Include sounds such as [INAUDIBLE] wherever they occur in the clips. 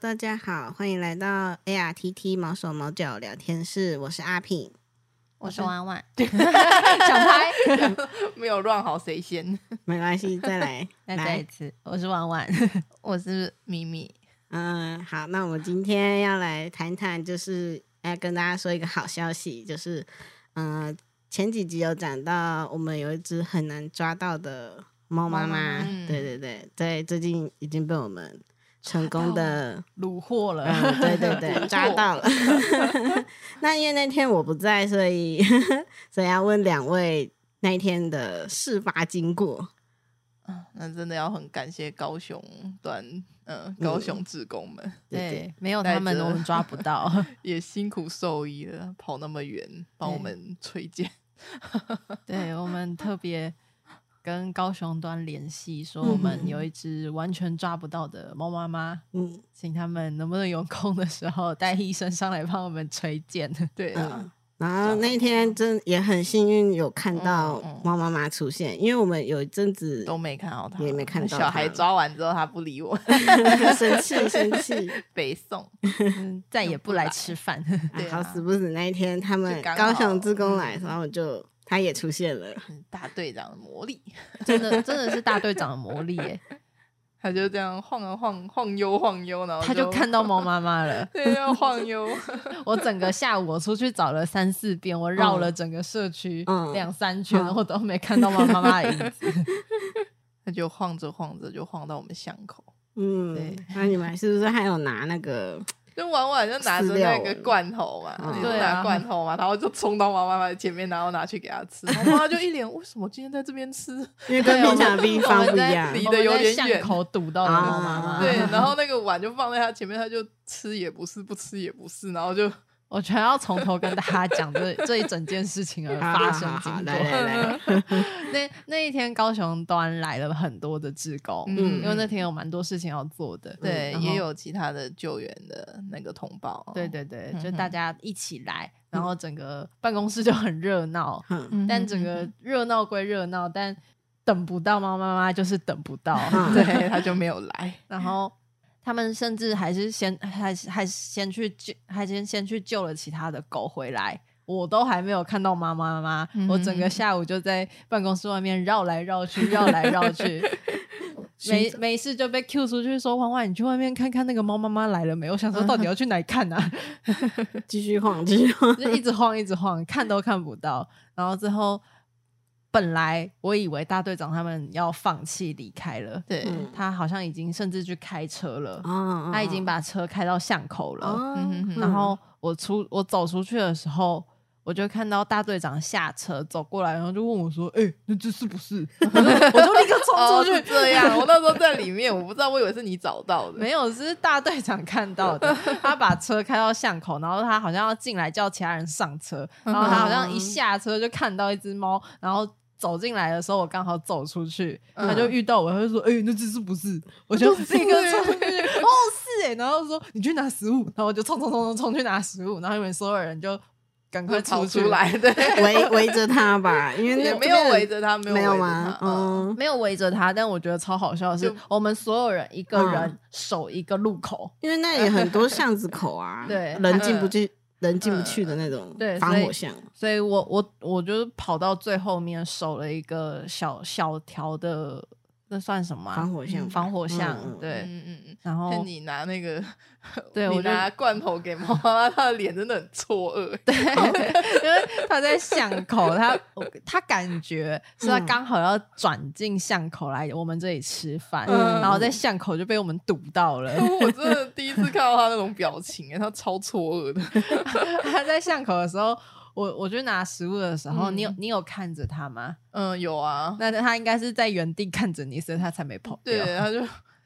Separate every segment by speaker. Speaker 1: 大家好，欢迎来到 ARTT 毛手毛脚聊天室，我是阿品。
Speaker 2: 我是
Speaker 3: 我
Speaker 2: 婉婉，
Speaker 3: [LAUGHS] 想拍，
Speaker 4: [LAUGHS] 没有乱好谁先？
Speaker 1: 没关系，再来
Speaker 2: 那再一
Speaker 1: 来，
Speaker 2: 次，我是婉
Speaker 3: [LAUGHS]
Speaker 2: 婉，
Speaker 4: 我是咪咪，
Speaker 1: 嗯，好，那我们今天要来谈谈，就是要跟大家说一个好消息，就是嗯、呃前几集有讲到我们有一只很难抓到的猫妈
Speaker 2: 猫妈
Speaker 1: 妈
Speaker 2: 妈，
Speaker 4: 嗯
Speaker 1: 对对对，对，最近已经被我们成功的
Speaker 3: 虏获了。[LAUGHS]
Speaker 1: 嗯，对对
Speaker 2: [LAUGHS]
Speaker 1: 对，抓到了。那因为那天我不在，所以 [LAUGHS] 所以要问两位那一天的事发经过。
Speaker 4: 啊那真的要很感谢高雄端，嗯，高雄志工们
Speaker 2: 对，没有
Speaker 4: 带
Speaker 2: 他们
Speaker 4: 着
Speaker 2: 我们抓不 [LAUGHS] 到。
Speaker 4: 也辛苦受益了，跑那么远帮我们
Speaker 3: [LAUGHS]
Speaker 4: 推荐。
Speaker 2: 对我们特别跟高雄端联系，说我们有一只完全抓不到的猫妈妈，
Speaker 1: 嗯，
Speaker 2: 请他们能不能有空的时候带医生上来帮我们推荐。
Speaker 4: 对
Speaker 2: 嗯
Speaker 4: 啊，
Speaker 1: 嗯然后那天真也很幸运有看到
Speaker 4: 嗯嗯
Speaker 1: 猫妈妈出现，因为我们有一阵子
Speaker 4: 都没看到他，
Speaker 1: 也没看到他
Speaker 4: 小孩抓完之后他不理我，
Speaker 1: [LAUGHS] 生气
Speaker 2: [LAUGHS]
Speaker 1: 生气，
Speaker 4: 北宋
Speaker 2: 嗯，再也不来 [LAUGHS] 吃饭。
Speaker 1: 啊
Speaker 4: 对
Speaker 1: 好
Speaker 4: 啊
Speaker 1: 死不死那一天他们
Speaker 4: 就刚
Speaker 1: 高
Speaker 4: 好
Speaker 1: 雄职工来，然后
Speaker 2: 嗯
Speaker 1: 就他也出现了。
Speaker 4: 嗯大队长的魔力，
Speaker 2: 真的真的是大队长的魔力耶！
Speaker 4: 他就这样晃啊晃，晃悠晃悠，然后。
Speaker 2: [LAUGHS] 他就看到猫妈妈了
Speaker 4: 对，要晃悠，
Speaker 2: 我整个下午我出去找了三四遍，我绕了整个社区
Speaker 1: 嗯
Speaker 2: 两三圈，
Speaker 1: 嗯
Speaker 2: 我都没看到猫妈妈的影子。
Speaker 4: 他就晃着晃着就晃到我们巷口。
Speaker 1: 嗯
Speaker 2: 对，
Speaker 1: 那你们是不是还有拿那个？
Speaker 4: 就婉婉就拿着那个罐头嘛，
Speaker 1: 饲料
Speaker 4: 你就
Speaker 2: 对
Speaker 4: 拿
Speaker 2: 啊
Speaker 4: 罐头嘛，然后就冲到妈妈的前面，然后拿去给她吃。我妈就一脸为什么今天在这边吃？
Speaker 1: 因为跟
Speaker 2: 对我
Speaker 1: 平常的地方
Speaker 2: 我
Speaker 1: 不一
Speaker 2: 们在
Speaker 1: 样
Speaker 4: 离。
Speaker 2: 我
Speaker 4: 得
Speaker 2: 们
Speaker 4: 有
Speaker 2: 在
Speaker 4: 点远
Speaker 2: 巷口堵到了猫妈
Speaker 1: 啊
Speaker 2: 妈。
Speaker 4: 对，然后那个碗就放在她前面，她就吃也不是，不吃也不是，然后就
Speaker 2: 我全要从头跟大家讲这这一整件事情而
Speaker 1: 好
Speaker 2: 发生
Speaker 1: 好好
Speaker 2: 经
Speaker 1: 好
Speaker 2: 过。
Speaker 1: 来来来，
Speaker 2: 那那一天高雄端来了很多的志工，
Speaker 1: 嗯
Speaker 2: 因为那天有蛮多事情要做的。
Speaker 4: 对
Speaker 2: 然后
Speaker 4: 也有其他的救援的那个同胞，
Speaker 2: 对，对对，
Speaker 4: 嗯
Speaker 2: 就
Speaker 4: 哼
Speaker 2: 大家一起来，然后整个办公室就很热闹。
Speaker 1: 嗯
Speaker 2: 但
Speaker 4: [LAUGHS]
Speaker 2: 整个热闹归热闹，但等不到猫妈妈就是等不到。
Speaker 1: 嗯
Speaker 4: 对他就没有来，
Speaker 2: 然后他们甚至还是先还是还是先去救，还先先去救了其他的狗回来。我都还没有看到妈妈妈，
Speaker 4: 嗯
Speaker 2: 我整个下午就在办公室外面绕来绕去，绕来
Speaker 4: [LAUGHS]
Speaker 2: 绕去，没没事就被 Q 出去说：“婉婉，你去外面看看那个猫妈妈来了没？”我想
Speaker 4: 嗯
Speaker 2: 说，到底要去哪里看
Speaker 4: [LAUGHS]
Speaker 2: 啊？
Speaker 1: 继续晃，继续晃。
Speaker 2: 就一直晃，一直晃，看都看不到。然后最后，本来我以为大队长他们要放弃离开了，
Speaker 4: 对，
Speaker 1: 嗯
Speaker 2: 他好像已经甚至去开车了，
Speaker 1: 哦
Speaker 2: [LAUGHS] 他已经把车开到巷口了。
Speaker 1: 哦
Speaker 4: 嗯哼哼
Speaker 2: 然后我出我走出去的时候。我就看到大队长下车走过来，然后就问我说：“哎、那这是不是？”我就我就立刻
Speaker 4: 哦
Speaker 2: 冲出去，
Speaker 4: 是这样，我那时候在里面，我不知道，我以为是你找到的，
Speaker 2: 没有，是大队长看到
Speaker 4: [LAUGHS]
Speaker 2: 的。他把车开到巷口，然后他好像要进来叫其他人上车，然后他好像一
Speaker 4: 嗯
Speaker 2: 下车就看到一只猫，然后走进来的时候，我刚好走出去，
Speaker 4: 嗯
Speaker 2: 他就遇到我，他就说：“哎、那只是不是？”我就立刻冲出去，哦，是哎、然后说：“你去拿食物。”然后我就冲冲冲冲冲去拿食物，然后你们所有人就赶
Speaker 4: 就
Speaker 2: 快出
Speaker 4: 跑
Speaker 2: 去
Speaker 4: 出。来，对，
Speaker 1: 围 [LAUGHS] 围着他吧，因为那
Speaker 4: 也
Speaker 1: 这
Speaker 4: 没
Speaker 1: 边
Speaker 4: 有
Speaker 1: 的
Speaker 4: 围着他，没
Speaker 1: 没
Speaker 4: 有
Speaker 1: 有
Speaker 4: 围着
Speaker 1: 吗
Speaker 4: 他？，
Speaker 1: 嗯，
Speaker 2: 没有围着他，但我觉得超好笑的是
Speaker 4: 就，
Speaker 2: 我们所有人一个
Speaker 1: 嗯
Speaker 2: 人守一个路口，
Speaker 1: 因为那里很多巷子口啊，
Speaker 2: [LAUGHS] 对
Speaker 1: 人进不
Speaker 4: [LAUGHS]
Speaker 1: 去，人进不去的那
Speaker 4: 嗯
Speaker 1: 种
Speaker 2: 对
Speaker 1: 防
Speaker 2: 所以
Speaker 1: 火巷，
Speaker 2: 所以我我我就是跑到最后面守了一个小小条的，那算什么啊、
Speaker 1: 防火巷吧，
Speaker 2: 防火巷，
Speaker 1: 嗯嗯
Speaker 2: 对。
Speaker 4: 嗯嗯嗯。
Speaker 2: 然
Speaker 4: 看
Speaker 2: 后
Speaker 4: 你拿那个，
Speaker 2: 哦
Speaker 4: [LAUGHS]
Speaker 2: 对
Speaker 4: 你
Speaker 2: 我就
Speaker 4: 拿罐头给猫妈 [LAUGHS] 妈，她的脸真的很错愕。对，
Speaker 2: 因为他在巷口，他他感觉是
Speaker 1: 嗯
Speaker 2: 他刚好要转进巷口来我们这里吃饭，
Speaker 4: 嗯
Speaker 2: 然后在巷口就被我们堵到了。
Speaker 4: [LAUGHS]
Speaker 2: [LAUGHS]
Speaker 4: 我真的第一次看到她那种表情，欸她超错愕的。
Speaker 2: 他在巷口的时候，我我就拿食物的时候，
Speaker 4: 嗯
Speaker 2: 你有你有看着他吗？
Speaker 4: 嗯，有啊，
Speaker 2: 那他应该是在原地看着你，所以他才没跑掉。
Speaker 4: 对，她就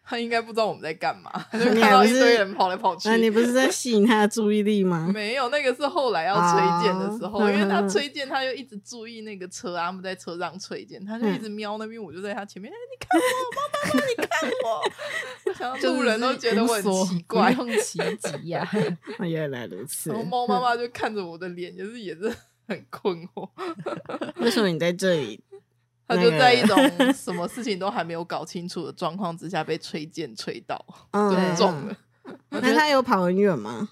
Speaker 4: 她应该不知道我们在干嘛，她就
Speaker 1: 你
Speaker 4: 看到
Speaker 1: 还
Speaker 4: 一
Speaker 1: 不是
Speaker 4: 堆人跑来跑去
Speaker 1: 那。你不是在吸引他的注意力吗？
Speaker 4: [LAUGHS] 没有，那个是后来要推荐的时候，
Speaker 1: 啊
Speaker 4: 因为
Speaker 1: 嗯
Speaker 4: 她
Speaker 1: 嗯嗯
Speaker 4: 推荐，她就一直注意那个车啊，他们在车上推荐，她就一直瞄那边，我就在她前面，哎，
Speaker 1: [LAUGHS]
Speaker 4: 你看我，妈妈妈，你看我，想
Speaker 2: 就
Speaker 4: 路人都觉得我很奇
Speaker 2: 无
Speaker 4: 怪。
Speaker 2: 所不用其
Speaker 4: [LAUGHS]
Speaker 2: 极呀、
Speaker 1: 哦原来如此
Speaker 4: 然，后猫妈妈就看着我的脸，就是也是很困
Speaker 1: [LAUGHS]
Speaker 4: 惑，
Speaker 1: 为什么你在这里？
Speaker 4: 她
Speaker 1: 那
Speaker 4: 就
Speaker 1: 个
Speaker 4: 在一种
Speaker 1: [LAUGHS]
Speaker 4: 什么事情都还没有搞清楚的状况之下被吹箭吹到，
Speaker 1: 嗯
Speaker 4: 就中了。
Speaker 1: 那他有跑很远吗？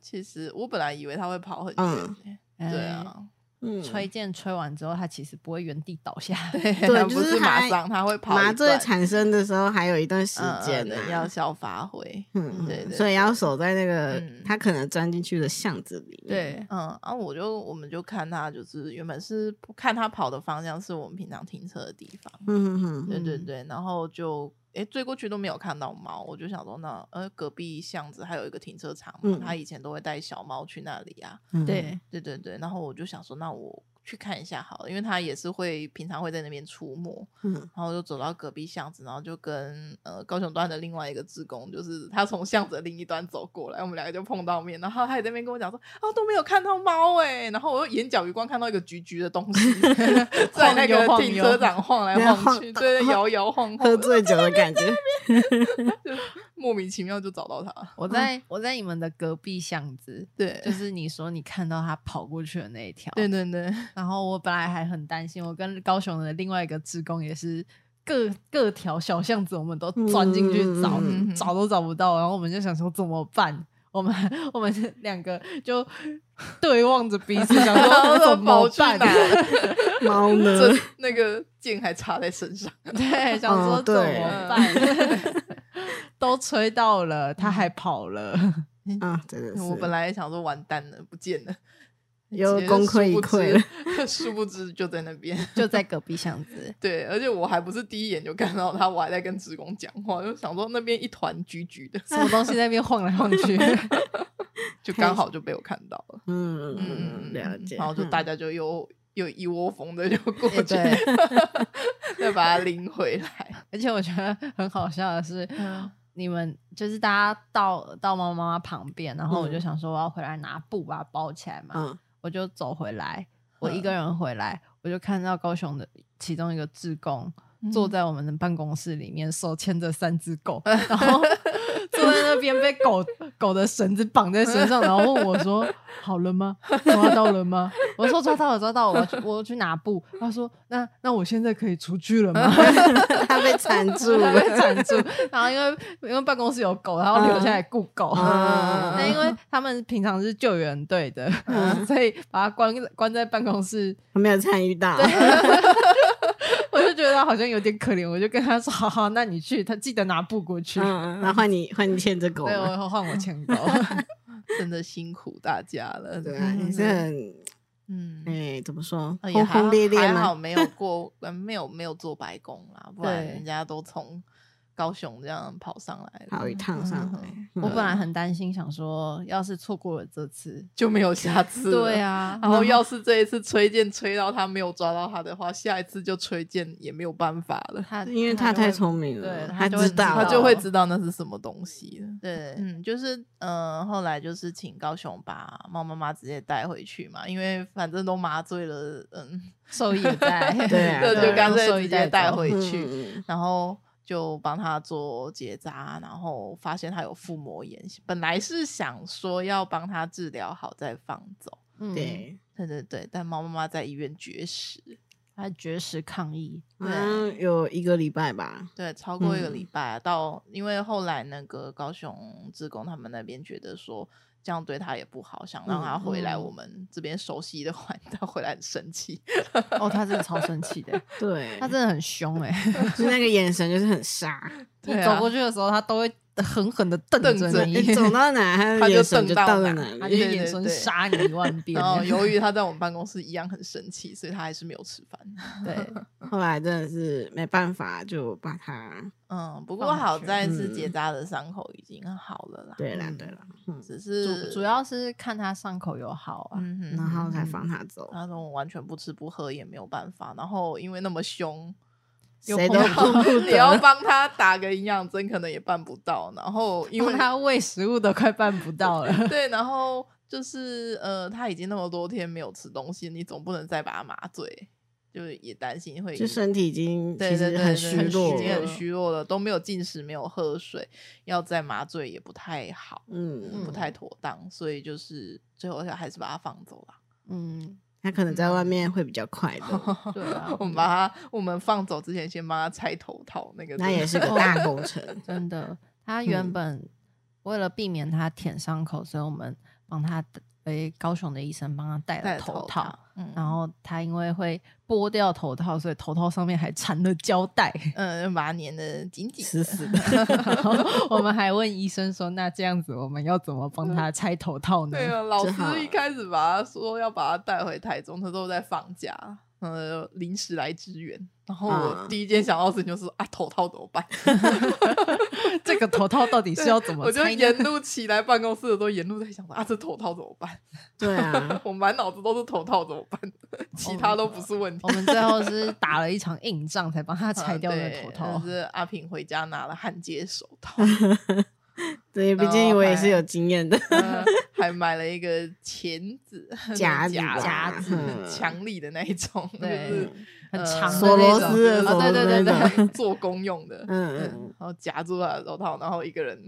Speaker 4: 其实我本来以为他会跑很远、对啊，
Speaker 1: 嗯，
Speaker 2: 哎吹箭吹完之后，它其实不会原地
Speaker 4: [LAUGHS]
Speaker 2: 倒下。 [LAUGHS]
Speaker 1: 对就
Speaker 4: 不
Speaker 1: 是
Speaker 4: 是马
Speaker 1: 还
Speaker 4: 上他会跑
Speaker 1: 麻
Speaker 4: 一
Speaker 1: 醉
Speaker 4: 段
Speaker 1: 产生的时候还有一段时
Speaker 4: 嗯嗯
Speaker 1: 间呢、啊
Speaker 4: 对药效发挥，
Speaker 1: 嗯，
Speaker 4: 对
Speaker 1: 嗯
Speaker 4: 对
Speaker 1: 所以要守在那个
Speaker 4: 嗯
Speaker 1: 他可能钻进去的巷子里面。
Speaker 4: 对，嗯，啊，我就我们就看他，就是原本是不看他跑的方向是我们平常停车的地方，
Speaker 1: 嗯哼哼，
Speaker 4: 对对
Speaker 2: 嗯
Speaker 4: 对，然后就诶追过去都没有看到猫，我就想说那呃隔壁巷子还有一个停车场嘛，
Speaker 1: 嗯
Speaker 4: 他以前都会带小猫去那里啊，
Speaker 1: 嗯，
Speaker 2: 对，
Speaker 4: 对对对，然后我就想说那我去看一下好了，因为他也是会平常会在那边出没， [LAUGHS]
Speaker 1: 嗯，
Speaker 4: 然后我就走到隔壁巷子，然后就跟呃高雄端的另外一个志工，就是他从巷子的另一端走过来，我们两个就碰到面，然后他也在那边跟我讲说，哦都没有看到猫哎、然后我又眼角余光看到一个橘橘的东西
Speaker 1: [LAUGHS]
Speaker 4: 在那个停车场晃来晃去，对，
Speaker 1: [LAUGHS]
Speaker 4: 摇摇晃
Speaker 1: 啊喝
Speaker 4: 晃，
Speaker 1: 醉酒的感觉。
Speaker 4: 莫名其妙就找到他，
Speaker 2: 我在我在你们的隔壁巷子，
Speaker 4: 对
Speaker 2: 就。是你说你看到它跑过去的那一条。
Speaker 4: 对对对，
Speaker 2: 然后我本来还很担心，我跟高雄的另外一个职工也是各各条小巷子，我们都钻进去找，
Speaker 4: 嗯
Speaker 2: 找都找不到，然后我们就想说怎么办？我们我们两个就对望着彼此，想
Speaker 4: 然后 [LAUGHS]
Speaker 2: 说
Speaker 4: 说
Speaker 2: 怎么
Speaker 4: 跑去
Speaker 2: 办？
Speaker 4: 哪了？
Speaker 1: 猫
Speaker 4: [LAUGHS]
Speaker 1: 呢？
Speaker 4: 这那个剑还插在身
Speaker 1: [LAUGHS]
Speaker 4: 上，
Speaker 2: [LAUGHS] 嗯对，想说
Speaker 1: 哦
Speaker 2: 怎
Speaker 1: 对
Speaker 2: 么 [LAUGHS] 办？都吹到了，他还跑了，
Speaker 1: 啊，真的是。
Speaker 4: 我本来想说完蛋了，不见了，
Speaker 1: 又
Speaker 4: 结果
Speaker 1: 功亏一
Speaker 4: 殊不
Speaker 1: 篑
Speaker 4: 知
Speaker 1: 了。
Speaker 4: 殊不知就在那边。
Speaker 2: [LAUGHS] 就在隔壁巷子。
Speaker 4: 对，而且我还不是第一眼就看到他，我还在跟职工讲话，就想说那边一团橘橘的，
Speaker 2: 什么东西在那边晃来晃去，
Speaker 4: 就刚好就被我看到了。
Speaker 1: 嗯
Speaker 4: 嗯，
Speaker 1: 嗯，了解。
Speaker 4: 然后就
Speaker 1: 嗯
Speaker 4: 大家就又又一窝蜂的就过
Speaker 2: 对
Speaker 4: 去，
Speaker 2: [LAUGHS] 对，
Speaker 4: 再把它拎回来。
Speaker 2: [LAUGHS] 而且我觉得很好笑的是，你们就是大家到到猫妈妈旁边，然后我就想说我要回来拿布把它包起来嘛，
Speaker 4: [LAUGHS]
Speaker 1: 嗯
Speaker 2: 我就走回来，我
Speaker 4: 嗯
Speaker 2: 一个人回来，我就看到高雄的其中一个志工
Speaker 1: 嗯
Speaker 2: 坐在我们的办公室里面，手牵着三只
Speaker 1: [LAUGHS]
Speaker 2: 狗，然后坐在那边被狗狗的绳子绑在身上，然后问我说：“好了吗？抓到了吗？”我说：“抓到了，抓到了，我去我去拿布。”他说：“那那我现在可以出去了吗？”
Speaker 1: [LAUGHS] 他被缠住
Speaker 2: 他被
Speaker 1: 了。
Speaker 2: 缠住，然后因为因为办公室有狗，然后留下来顾狗。
Speaker 1: 嗯
Speaker 2: 那因 [LAUGHS] 为他们平常是救援队的，
Speaker 1: 嗯
Speaker 2: [LAUGHS] 所以把它关关在办公室，
Speaker 1: 没有参与到。 [LAUGHS]
Speaker 2: 我就觉得它好像有点可怜，我就跟他说：“好好，那你去，他记得拿布过去。
Speaker 1: 嗯，然后换你换你牵着狗
Speaker 2: 对，
Speaker 1: 嘛。
Speaker 2: 我换我牵狗。
Speaker 4: 真的辛苦大家了。
Speaker 1: 对啊，也
Speaker 4: 嗯
Speaker 1: 是很
Speaker 4: 嗯。
Speaker 1: 哎，怎么说？
Speaker 4: 呃也
Speaker 1: 轰
Speaker 4: 还
Speaker 1: 轰烈烈
Speaker 4: 还好
Speaker 1: 吗？
Speaker 4: 没有过，呃没有没有做白工啦，不然
Speaker 2: 对
Speaker 4: 人家都从高雄这样跑上来了，
Speaker 1: 跑一趟上来
Speaker 4: 嗯
Speaker 2: [LAUGHS] 我本来很担心，想说要是错过了这次，
Speaker 4: 就没有下次。[LAUGHS]
Speaker 2: 对。 [LAUGHS] 啊，
Speaker 4: 然后要是这一次吹箭吹到他没有抓到他的话，下一次就吹箭也没有办法了，
Speaker 2: 他
Speaker 1: 因为他
Speaker 2: 就会
Speaker 1: 太聪明了，
Speaker 2: 对
Speaker 1: 他
Speaker 2: 他就会
Speaker 1: 知道
Speaker 4: 他
Speaker 1: 了，
Speaker 4: 就会知道那是什么东西了。
Speaker 2: 对，
Speaker 4: 嗯，就是嗯、呃后来就是请高雄把猫妈妈直接带回去嘛，因为反正都麻醉了，嗯，
Speaker 2: 受 [LAUGHS] 益也在，
Speaker 1: 对啊
Speaker 4: 对，就干脆
Speaker 2: 受益
Speaker 4: 直
Speaker 2: 在
Speaker 4: 接带
Speaker 2: 走
Speaker 4: 回
Speaker 1: 嗯
Speaker 4: 去。
Speaker 1: 嗯
Speaker 4: 然后就帮他做结扎，然后发现他有腹膜炎，本来是想说要帮他治疗好再放走，
Speaker 2: 嗯，
Speaker 1: 对。
Speaker 4: 对对对，但猫妈妈在医院绝食，
Speaker 2: 他绝食抗议，
Speaker 1: 好像有一个礼拜吧。
Speaker 4: 对，超过一个
Speaker 1: 嗯
Speaker 4: 礼拜啊、到，因为后来那个高雄志工他们那边觉得说。这样对他也不好，想让他回来
Speaker 2: 嗯嗯
Speaker 4: 我们这边熟悉的环境，他 [LAUGHS] 回来很生气。
Speaker 2: 哦，他真的超生气的，
Speaker 1: 对，
Speaker 2: 他真的很凶 [LAUGHS] 哎、
Speaker 1: 就那个眼神就是很杀，
Speaker 4: 对
Speaker 2: 你
Speaker 4: 啊
Speaker 2: 走过去的时候，他都会狠狠的瞪
Speaker 4: 瞪
Speaker 2: 着
Speaker 4: 着
Speaker 2: 你，
Speaker 1: 你走到哪他的
Speaker 4: 他就
Speaker 1: 眼神就
Speaker 4: 瞪到
Speaker 1: 了
Speaker 4: 哪
Speaker 1: 哪
Speaker 2: 他就
Speaker 1: 里。
Speaker 4: 对哦
Speaker 2: 眼神杀你一万遍
Speaker 4: [LAUGHS] 然。后由于他在我们办公室一样很生气，所以他还是没有吃饭。
Speaker 2: [LAUGHS]
Speaker 4: [LAUGHS]
Speaker 2: 对，
Speaker 1: 后来真的是没办法，就把他
Speaker 4: 嗯，不过
Speaker 2: 放回
Speaker 4: 好
Speaker 2: 去
Speaker 4: 在是
Speaker 1: 嗯
Speaker 4: 结扎的伤口已经好了啦。
Speaker 1: 对了
Speaker 4: 嗯
Speaker 1: 对了，嗯，
Speaker 4: 只
Speaker 2: 主
Speaker 4: 是
Speaker 2: 主要是看他伤口有好啊。
Speaker 4: 嗯哼，
Speaker 1: 然后才
Speaker 4: 嗯
Speaker 1: 放他走，
Speaker 4: 他那种完全不吃不喝也没有办法，然后因为那么凶，又
Speaker 1: 谁
Speaker 4: 碰
Speaker 1: 都
Speaker 4: 到
Speaker 1: 顾不
Speaker 4: 你要
Speaker 1: 得。
Speaker 4: 帮他打个营养针，可能也办不到。然后因
Speaker 2: 因为
Speaker 4: 为
Speaker 2: 他喂食物都快办不到了，
Speaker 4: 对， [LAUGHS] 然后就是呃，他已经那么多天没有吃东西，你总不能再把他麻醉，就是也担心会
Speaker 1: 就身体已经
Speaker 4: 对
Speaker 1: 其
Speaker 4: 对
Speaker 1: 实
Speaker 4: 对，
Speaker 1: 很
Speaker 4: 对
Speaker 1: 虚
Speaker 4: 已
Speaker 1: 弱
Speaker 4: 经很
Speaker 1: 了，
Speaker 4: 虚弱了，都没有进食，没有喝水，要再麻醉也不太好，
Speaker 1: 嗯，
Speaker 4: 不太妥当，所以就是最后还是把他放走了。，
Speaker 2: [LAUGHS] 嗯，
Speaker 1: 他可能在外面会比较快乐，
Speaker 2: 对啊
Speaker 1: 哦
Speaker 4: 我们把他，我们放走之前 [LAUGHS] 先帮他拆头套，那个 [LAUGHS]
Speaker 1: 那也是个大工程。
Speaker 4: 嗯
Speaker 2: 真的，他原本为了避免它舔伤口，所以我们帮他诶高雄的医生帮他戴
Speaker 4: 戴
Speaker 2: 了
Speaker 4: 着
Speaker 2: 头
Speaker 4: 头
Speaker 2: 套
Speaker 4: 套。，嗯
Speaker 2: 然后他因为会剥掉头套，所以头套上面还缠了胶
Speaker 4: [LAUGHS]
Speaker 2: 带。
Speaker 4: 嗯，把它粘的紧紧
Speaker 1: 死
Speaker 4: 的。
Speaker 1: 死的。
Speaker 2: 然后我们还问医生说：“那这样子我们要怎么帮他拆头套呢
Speaker 4: 嗯对
Speaker 2: [LAUGHS]
Speaker 4: 啊，老
Speaker 1: 只好
Speaker 4: 师一开始把他说要把他带回台中，他都在放假，呃，临时来支援。然后
Speaker 1: 啊
Speaker 4: 我第一件想到的事情就是啊，头套怎么
Speaker 2: [LAUGHS]
Speaker 4: 办？
Speaker 2: 这个头套到底是要怎么
Speaker 4: 我就
Speaker 2: 拆呢
Speaker 4: 沿路骑来办公室的时候，沿路在想说啊，这头套怎么办？ [LAUGHS]
Speaker 1: 对啊，
Speaker 4: 我满脑子都是头套怎么办，
Speaker 2: 哦
Speaker 4: 其他都不是问？”题
Speaker 2: 我。们最后是打了一场硬仗，才帮他哦拆掉那个头
Speaker 4: 嗯
Speaker 2: 套
Speaker 4: 对。是阿平回家拿了焊接手套，
Speaker 1: 对，毕
Speaker 4: 然
Speaker 1: 竟
Speaker 4: 后
Speaker 1: 我也是
Speaker 4: 还
Speaker 1: 有经验的。
Speaker 4: 嗯还买了一个钳子、
Speaker 1: 夹子
Speaker 4: 夹
Speaker 1: 吧
Speaker 4: 夹子
Speaker 1: 嗯，
Speaker 4: 强力的那一种，就
Speaker 2: 对
Speaker 4: 是
Speaker 2: 很
Speaker 4: 呃
Speaker 2: 长的
Speaker 1: 索
Speaker 2: 那
Speaker 1: 罗
Speaker 2: 种
Speaker 1: 斯的
Speaker 4: 啊，对对对
Speaker 1: 那
Speaker 4: 对，做工用的，
Speaker 1: 嗯
Speaker 4: 嗯
Speaker 1: 嗯嗯，
Speaker 4: 然后夹住他的手套，然后一个人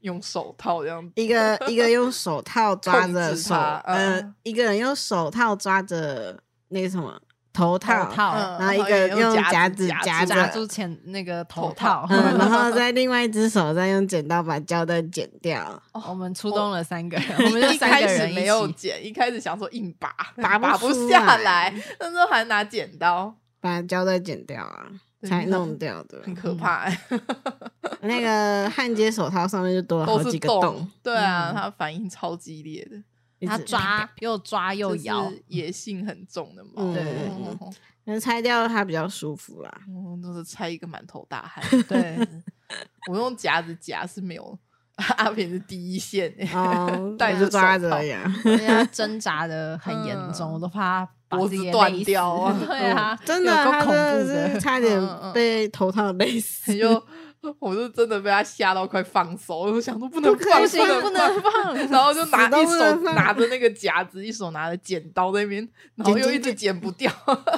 Speaker 4: 用手套这样，
Speaker 1: 一个一个用手套抓
Speaker 4: 控
Speaker 1: 着
Speaker 4: 制
Speaker 1: 手，
Speaker 4: 它
Speaker 1: 呃
Speaker 4: 嗯，
Speaker 1: 一个人用手套抓着那个什么头套，
Speaker 2: 头套，
Speaker 4: 嗯
Speaker 1: 然后一个
Speaker 4: 用
Speaker 1: 夹
Speaker 4: 子
Speaker 1: 夹
Speaker 4: 夹
Speaker 1: 着
Speaker 2: 夹住前那个
Speaker 4: 头
Speaker 2: 头
Speaker 4: 套
Speaker 2: 套。
Speaker 1: 嗯，然后再另外一只手再用剪刀把胶带剪掉，
Speaker 2: 我们出动
Speaker 4: [LAUGHS]
Speaker 2: 了三个人， [LAUGHS] 我
Speaker 4: 我
Speaker 2: 们就
Speaker 4: 哦一
Speaker 2: 三
Speaker 4: 开
Speaker 2: 个
Speaker 4: 始
Speaker 2: 人一
Speaker 4: 没有
Speaker 2: 起。
Speaker 4: 剪，一开始想说硬拔，
Speaker 1: [LAUGHS] 拔不
Speaker 4: 拔不
Speaker 1: 出
Speaker 4: 下
Speaker 1: 来
Speaker 4: 来， [LAUGHS] 那时候还拿剪刀，
Speaker 1: 把胶带剪掉啊，
Speaker 4: 对
Speaker 1: 才弄掉的。
Speaker 4: 很可怕、 [LAUGHS] 欸，
Speaker 1: 那个焊接手套上面就多了好
Speaker 4: 都是
Speaker 1: 几个洞，
Speaker 4: 对啊，
Speaker 2: 嗯
Speaker 4: 它反应超激烈的，
Speaker 1: 一
Speaker 2: 他
Speaker 1: 直， [LAUGHS]
Speaker 2: 抓又抓又
Speaker 4: 就是 [LAUGHS]
Speaker 2: 摇，
Speaker 4: 野性很重的猫，
Speaker 1: 嗯
Speaker 2: 对
Speaker 4: 嗯
Speaker 1: 能拆掉它比较舒服
Speaker 4: [LAUGHS]
Speaker 1: 啦。
Speaker 4: 嗯，都是拆一个满头大汗，
Speaker 2: 对，
Speaker 4: 我用夹子夹是没有，阿平是第一线、欸，，
Speaker 1: 哦
Speaker 4: 戴
Speaker 1: 我
Speaker 4: 着
Speaker 1: 就抓
Speaker 4: 手
Speaker 1: 着
Speaker 4: 套
Speaker 1: 而已啊。
Speaker 2: 而且他挣扎的很严重，
Speaker 4: 嗯
Speaker 2: 我都怕他把
Speaker 4: 脖
Speaker 2: 自
Speaker 4: 子
Speaker 2: 己给
Speaker 4: 断
Speaker 2: 勒死
Speaker 4: 掉啊
Speaker 2: [LAUGHS] 对啊，
Speaker 1: 嗯真的，
Speaker 2: 有够
Speaker 1: 他
Speaker 2: 恐
Speaker 1: 真的
Speaker 2: 怖
Speaker 1: 是
Speaker 4: [LAUGHS]
Speaker 2: 的。
Speaker 1: 差点
Speaker 4: 嗯嗯
Speaker 1: 被头套勒
Speaker 4: [LAUGHS]
Speaker 1: 死。
Speaker 4: 欸就我是真的被他吓到快放手，我就想说不能
Speaker 1: 不可
Speaker 4: 放，
Speaker 1: 以
Speaker 2: 不行
Speaker 4: 能
Speaker 2: 不能放，
Speaker 4: 然后就拿
Speaker 1: 死都
Speaker 4: 一
Speaker 1: 不
Speaker 4: 手
Speaker 1: 能放
Speaker 4: 拿着那个夹子，一手拿着剪刀在那边，然后
Speaker 1: 剪
Speaker 4: 又
Speaker 1: 剪嗯
Speaker 4: 一直剪不掉， [LAUGHS]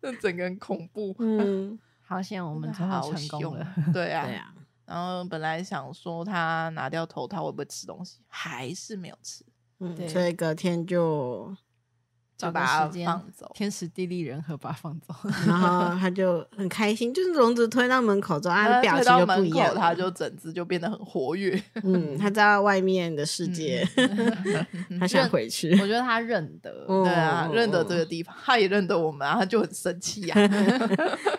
Speaker 4: 那整个人恐怖。
Speaker 1: 嗯，
Speaker 2: [LAUGHS]
Speaker 4: [LAUGHS]
Speaker 2: 好险我们最后
Speaker 4: 好
Speaker 2: 成功了。
Speaker 1: [LAUGHS]
Speaker 4: 凶，对啊，
Speaker 1: 对啊，
Speaker 4: 然后本来想说他拿掉头套会不会吃东西，还是没有吃，
Speaker 1: 嗯，
Speaker 2: 对
Speaker 1: 所以隔天就，
Speaker 2: 找
Speaker 4: 就
Speaker 2: 个
Speaker 4: 把它
Speaker 2: 时间
Speaker 4: 放走。
Speaker 2: 天时地利人和把它放
Speaker 4: [LAUGHS]
Speaker 2: 走，
Speaker 1: 然后他就很开心，就是笼子推到门口之后，他的
Speaker 4: 他
Speaker 1: 表
Speaker 4: 呃推
Speaker 1: 情
Speaker 4: 到
Speaker 1: 就不
Speaker 4: 门
Speaker 1: 一
Speaker 4: 口，
Speaker 1: 样了，
Speaker 4: 他就整只就变得很
Speaker 1: [LAUGHS]
Speaker 4: 活跃。
Speaker 1: 嗯，他知道外面的世界， [LAUGHS] 他想回去，
Speaker 2: 我觉得他认得。
Speaker 1: 嗯
Speaker 4: 嗯 [LAUGHS] 对啊
Speaker 1: 嗯，
Speaker 4: 认得这个地方，他也认得我们啊，他就很生
Speaker 1: [LAUGHS]
Speaker 4: 气啊。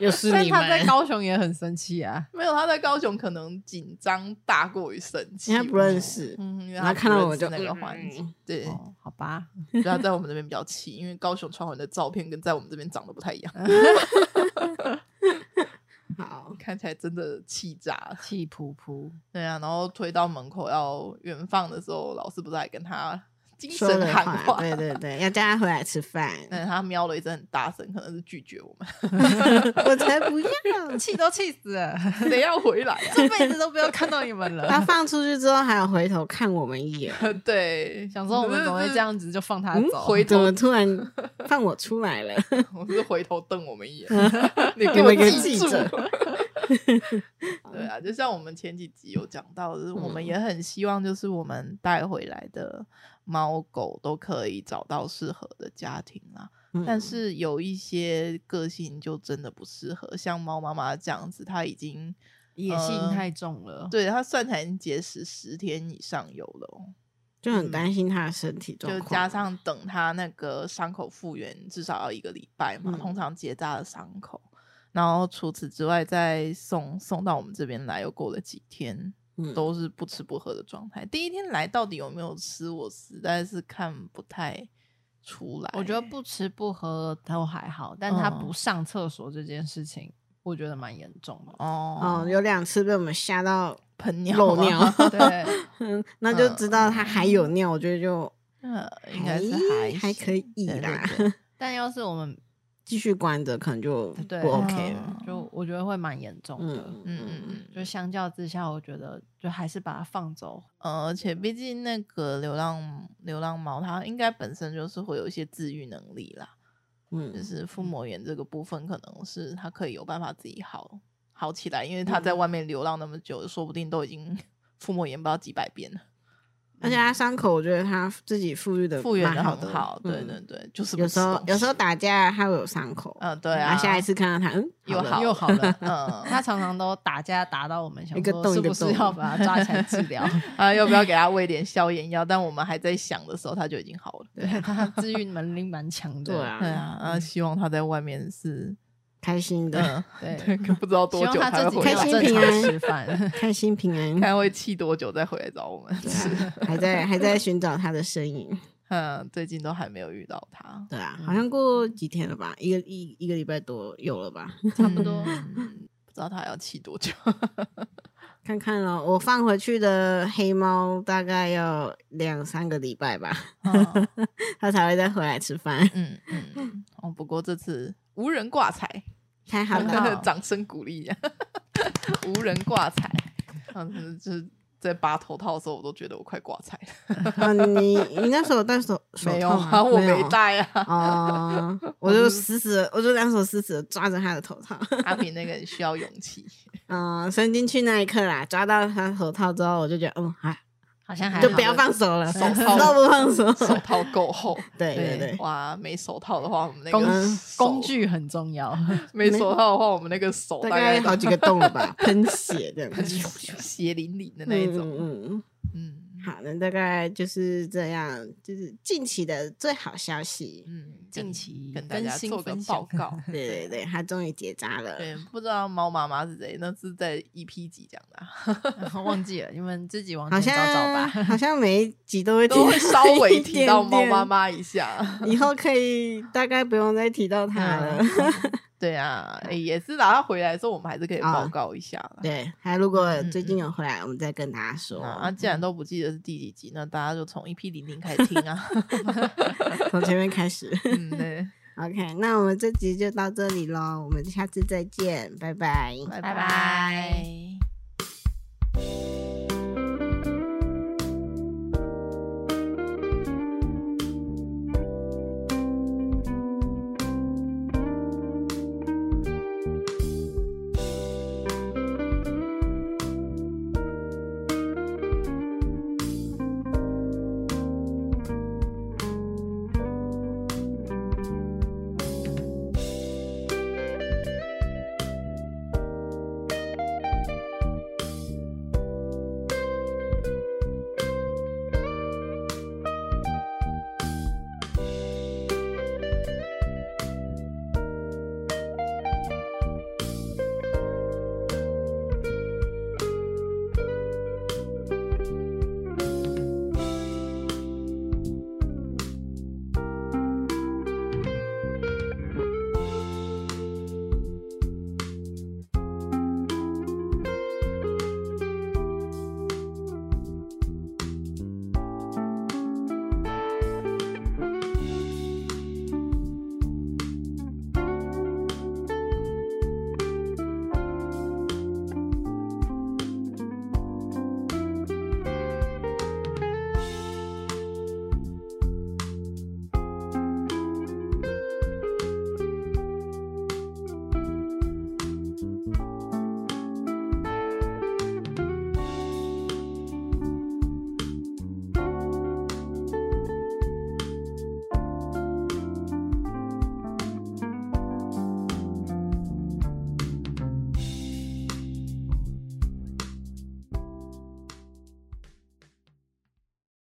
Speaker 1: 又是
Speaker 2: 但
Speaker 1: 你
Speaker 2: 他在
Speaker 1: 们，
Speaker 2: 高雄也很生气啊，
Speaker 4: 没有，他在高雄可能紧张大过于生气，
Speaker 1: 因为他不认识，
Speaker 4: 嗯，因为
Speaker 1: 然后
Speaker 4: 他
Speaker 1: 看到
Speaker 4: 不
Speaker 1: 我
Speaker 4: 认识
Speaker 1: 就
Speaker 4: 那个
Speaker 1: 嗯
Speaker 4: 环境， [LAUGHS]
Speaker 1: 嗯
Speaker 4: 对，
Speaker 2: 哦，好吧，
Speaker 4: 所以他在我们这边比较气，因为高雄传闻的照片跟在我们这边长得不太一样， [LAUGHS]
Speaker 1: [LAUGHS] 好，
Speaker 4: 看起来真的气炸了。
Speaker 2: 气噗噗，
Speaker 4: 对啊，然后推到门口要远放的时候，老师不是还跟他精
Speaker 1: 说
Speaker 4: 神
Speaker 1: 了
Speaker 4: 喊
Speaker 1: 话，
Speaker 4: [LAUGHS]
Speaker 1: [LAUGHS]
Speaker 4: 话？
Speaker 1: 对对对，要叫他回来吃饭，
Speaker 4: 但是他喵了一声很大声，可能是拒绝我们，
Speaker 1: [LAUGHS] 我才不要，
Speaker 2: 气都气死了，
Speaker 4: [LAUGHS] 谁要回来啊？
Speaker 2: 这辈子都不要看到你们
Speaker 1: 他
Speaker 2: 了。
Speaker 1: 放出去之后还有回头看我们一眼，
Speaker 4: 对，
Speaker 2: 想说我们怎么会这样子就放
Speaker 1: 嗯
Speaker 2: 他走？
Speaker 4: 回
Speaker 1: 怎
Speaker 4: 头
Speaker 1: 么突然放我出来了？
Speaker 4: 我是回头瞪我们一 [LAUGHS] 眼，你给
Speaker 1: 给我
Speaker 4: 我
Speaker 1: 一个
Speaker 4: 记
Speaker 1: 记
Speaker 4: 住
Speaker 1: 着。
Speaker 4: 对啊，就像我们前几集有讲到，就是我们也很希望，就是我们带回来的猫狗都可以找到适合的家庭啦。
Speaker 1: 嗯
Speaker 4: [LAUGHS] 但是有一些个性就真的不适合，像猫妈妈这样子，它已经
Speaker 2: [LAUGHS] 野性
Speaker 4: 呃
Speaker 2: 太重了，
Speaker 4: 对它算起来已经节食十天以上有了哦、
Speaker 1: 就很担心他的身体状
Speaker 4: 就
Speaker 1: 况，
Speaker 4: 加上等它那个伤口复原，至少要一个礼拜嘛，
Speaker 1: 嗯
Speaker 4: 通常结扎的伤口。然后除此之外，再送送到我们这边来，又过了几天，
Speaker 1: 嗯
Speaker 4: 都是不吃不喝的状态。第一天来到底有没有吃，我实在是看不太出来。
Speaker 2: 我觉得不吃不喝都还好，但他
Speaker 4: 嗯
Speaker 2: 不上厕所这件事情，我觉得蛮严重的。
Speaker 4: 哦
Speaker 1: 哦，，有两次被我们吓到
Speaker 4: 喷尿
Speaker 1: 漏
Speaker 4: 啊 [LAUGHS]
Speaker 1: 尿，
Speaker 2: 对，
Speaker 1: 嗯，那就知道他还有尿，我觉得就
Speaker 4: 呃，应该是
Speaker 1: 还
Speaker 4: 还
Speaker 1: 还可以
Speaker 4: 行对对
Speaker 1: 啦 [LAUGHS]
Speaker 4: 对嗯
Speaker 2: 但要是我们
Speaker 1: 继续关着，可能就 [LAUGHS]
Speaker 2: 对
Speaker 1: 不 OK 了。
Speaker 4: 嗯
Speaker 2: 就我觉得会蛮严重的。
Speaker 1: 嗯
Speaker 4: 嗯
Speaker 1: 嗯
Speaker 4: 嗯
Speaker 1: 嗯，
Speaker 4: 嗯，
Speaker 2: 就相较之下，我觉得就还是把它放走。
Speaker 4: 呃，而且毕竟那个流浪流浪猫，它应该本身就是会有一些自愈能力啦，就
Speaker 1: 嗯，
Speaker 4: 是腹膜炎这个部分，可能是它可以有办法自己好好
Speaker 1: 嗯
Speaker 4: [LAUGHS] 起来，因为它在外面流浪那么久，说不定都已经腹膜炎不知道几百遍了。
Speaker 1: 而且他伤口，我觉得他自己复原的
Speaker 4: 复原的
Speaker 1: 呃好
Speaker 4: 很好，对对
Speaker 1: 嗯
Speaker 4: 对，就是
Speaker 1: 有时候有时候打架他会有伤口，
Speaker 4: 嗯对
Speaker 1: 然
Speaker 4: 啊，
Speaker 1: 后下一次看到他，嗯，
Speaker 4: 又
Speaker 1: 了
Speaker 4: 好
Speaker 2: 又好
Speaker 1: [LAUGHS]
Speaker 2: 了。
Speaker 4: 嗯
Speaker 2: 他常常都打架打到我们想
Speaker 1: 一个
Speaker 2: 说
Speaker 1: 洞一
Speaker 2: 是
Speaker 1: 个
Speaker 2: 不是
Speaker 1: 洞
Speaker 2: 要把他抓起来治疗？
Speaker 4: 啊要不
Speaker 1: [LAUGHS]
Speaker 4: 要给他喂点消炎药？但我们还在想的时候，他就已经好了。啊
Speaker 2: 对他 [LAUGHS] 治愈能力蛮强的，
Speaker 1: 对
Speaker 4: 对
Speaker 1: [LAUGHS] 啊，
Speaker 4: 啊，啊希望他在外
Speaker 1: [LAUGHS]
Speaker 4: 面是
Speaker 1: 开心的，
Speaker 4: 嗯
Speaker 2: 对
Speaker 4: 对，不
Speaker 1: [LAUGHS]
Speaker 4: 知道
Speaker 2: 希
Speaker 4: 多
Speaker 2: 望
Speaker 4: 久
Speaker 2: 他
Speaker 4: 才
Speaker 2: 自
Speaker 4: 会
Speaker 2: 己
Speaker 4: 回
Speaker 1: 开
Speaker 2: 有
Speaker 1: 心，平
Speaker 4: 来
Speaker 2: 正常
Speaker 1: 安
Speaker 2: 吃饭。 [LAUGHS]
Speaker 1: 开心平安，
Speaker 4: 看会气多久再回来找我们。 [LAUGHS]
Speaker 1: 对啊，还在还在寻找他的身影，
Speaker 4: 嗯，最近都还没有遇到
Speaker 1: [LAUGHS]
Speaker 4: 他，
Speaker 1: 对啊，好像过几天了吧，一个一一个礼拜多有了吧，
Speaker 4: 差不多。嗯不知道他还要气多久，
Speaker 1: 看看咯，我放回去的黑猫大概要两三个礼拜吧， [LAUGHS]
Speaker 2: [LAUGHS]
Speaker 4: 嗯
Speaker 1: 它才会再回来吃饭，
Speaker 4: 嗯嗯，哦，不过这次无人挂彩，
Speaker 1: 太好了，
Speaker 2: 好
Speaker 4: 掌声鼓励一下， [LAUGHS] 无人挂彩，嗯，就是在拔头套的时候，我都觉得我快挂彩了，
Speaker 1: 啊，你你那时候有戴手手
Speaker 4: 没有
Speaker 1: 套吗？
Speaker 4: 啊，
Speaker 1: 有
Speaker 4: 我没。戴
Speaker 1: [LAUGHS]
Speaker 4: 啊。
Speaker 1: 哦，我就死死的，我就两手死死的抓着他的头套。
Speaker 4: 阿平那个人需要勇气，
Speaker 1: 嗯，伸进去那一刻啦，抓到他头套之后，我就觉得，嗯，还
Speaker 2: 好像还
Speaker 1: 就
Speaker 2: 好
Speaker 1: 不要放 [LAUGHS] 手了，
Speaker 4: 手
Speaker 1: 死
Speaker 4: 套
Speaker 1: 都不放手。
Speaker 4: 手套够厚。
Speaker 1: 对 [LAUGHS] 对对，
Speaker 4: 哇，没手套的话，我们那
Speaker 2: 工
Speaker 4: 个手
Speaker 2: 工具很重
Speaker 4: [LAUGHS]
Speaker 2: 要，
Speaker 4: 没手套的话，我们那个手
Speaker 1: 大
Speaker 4: 概
Speaker 1: 概好几
Speaker 4: [LAUGHS]
Speaker 1: 个洞了吧， [LAUGHS] 喷血这样子。
Speaker 4: 血淋淋的那一种。
Speaker 1: 嗯嗯
Speaker 4: 嗯
Speaker 1: 嗯，好，那大概就是这样，就是近期的最好消息。
Speaker 4: 嗯，
Speaker 2: 近期
Speaker 4: 跟大
Speaker 2: 更
Speaker 4: 家
Speaker 2: 新
Speaker 4: 做个
Speaker 2: 分
Speaker 4: 报
Speaker 2: 享
Speaker 4: 告。
Speaker 2: [LAUGHS]
Speaker 1: 对对对，他终于结扎了。
Speaker 4: 对，不知道猫妈妈是谁，那是在 EP 几讲
Speaker 1: [LAUGHS]
Speaker 4: 的啊，
Speaker 2: [LAUGHS] 忘记了，你们自己往
Speaker 1: 好
Speaker 2: 前找
Speaker 1: 像
Speaker 2: 找吧。
Speaker 1: 好像每一集都会提
Speaker 4: 都会稍微
Speaker 1: 一
Speaker 4: 提到
Speaker 1: 点
Speaker 4: 猫
Speaker 1: 点
Speaker 4: 妈妈一下。
Speaker 1: 以后可以大概不用再提到他了。
Speaker 4: [LAUGHS] 嗯对啊，诶也是啦，他回来的时候，我们还是可以报
Speaker 1: 啊
Speaker 4: 告一下啦。
Speaker 1: [LAUGHS] 对，哦还如果最近
Speaker 4: 嗯
Speaker 1: 有回来，我们再跟大家说。
Speaker 4: 啊，既
Speaker 1: 嗯
Speaker 4: 然都不记得是第几集，那大家就从 EP 零零开始听
Speaker 1: [LAUGHS]
Speaker 4: 啊。
Speaker 1: 从前面开始。 [LAUGHS]
Speaker 4: 嗯，对，
Speaker 1: OK，那我们这集就到这里喽，我们下次再见，拜拜。
Speaker 4: 拜
Speaker 2: 拜拜。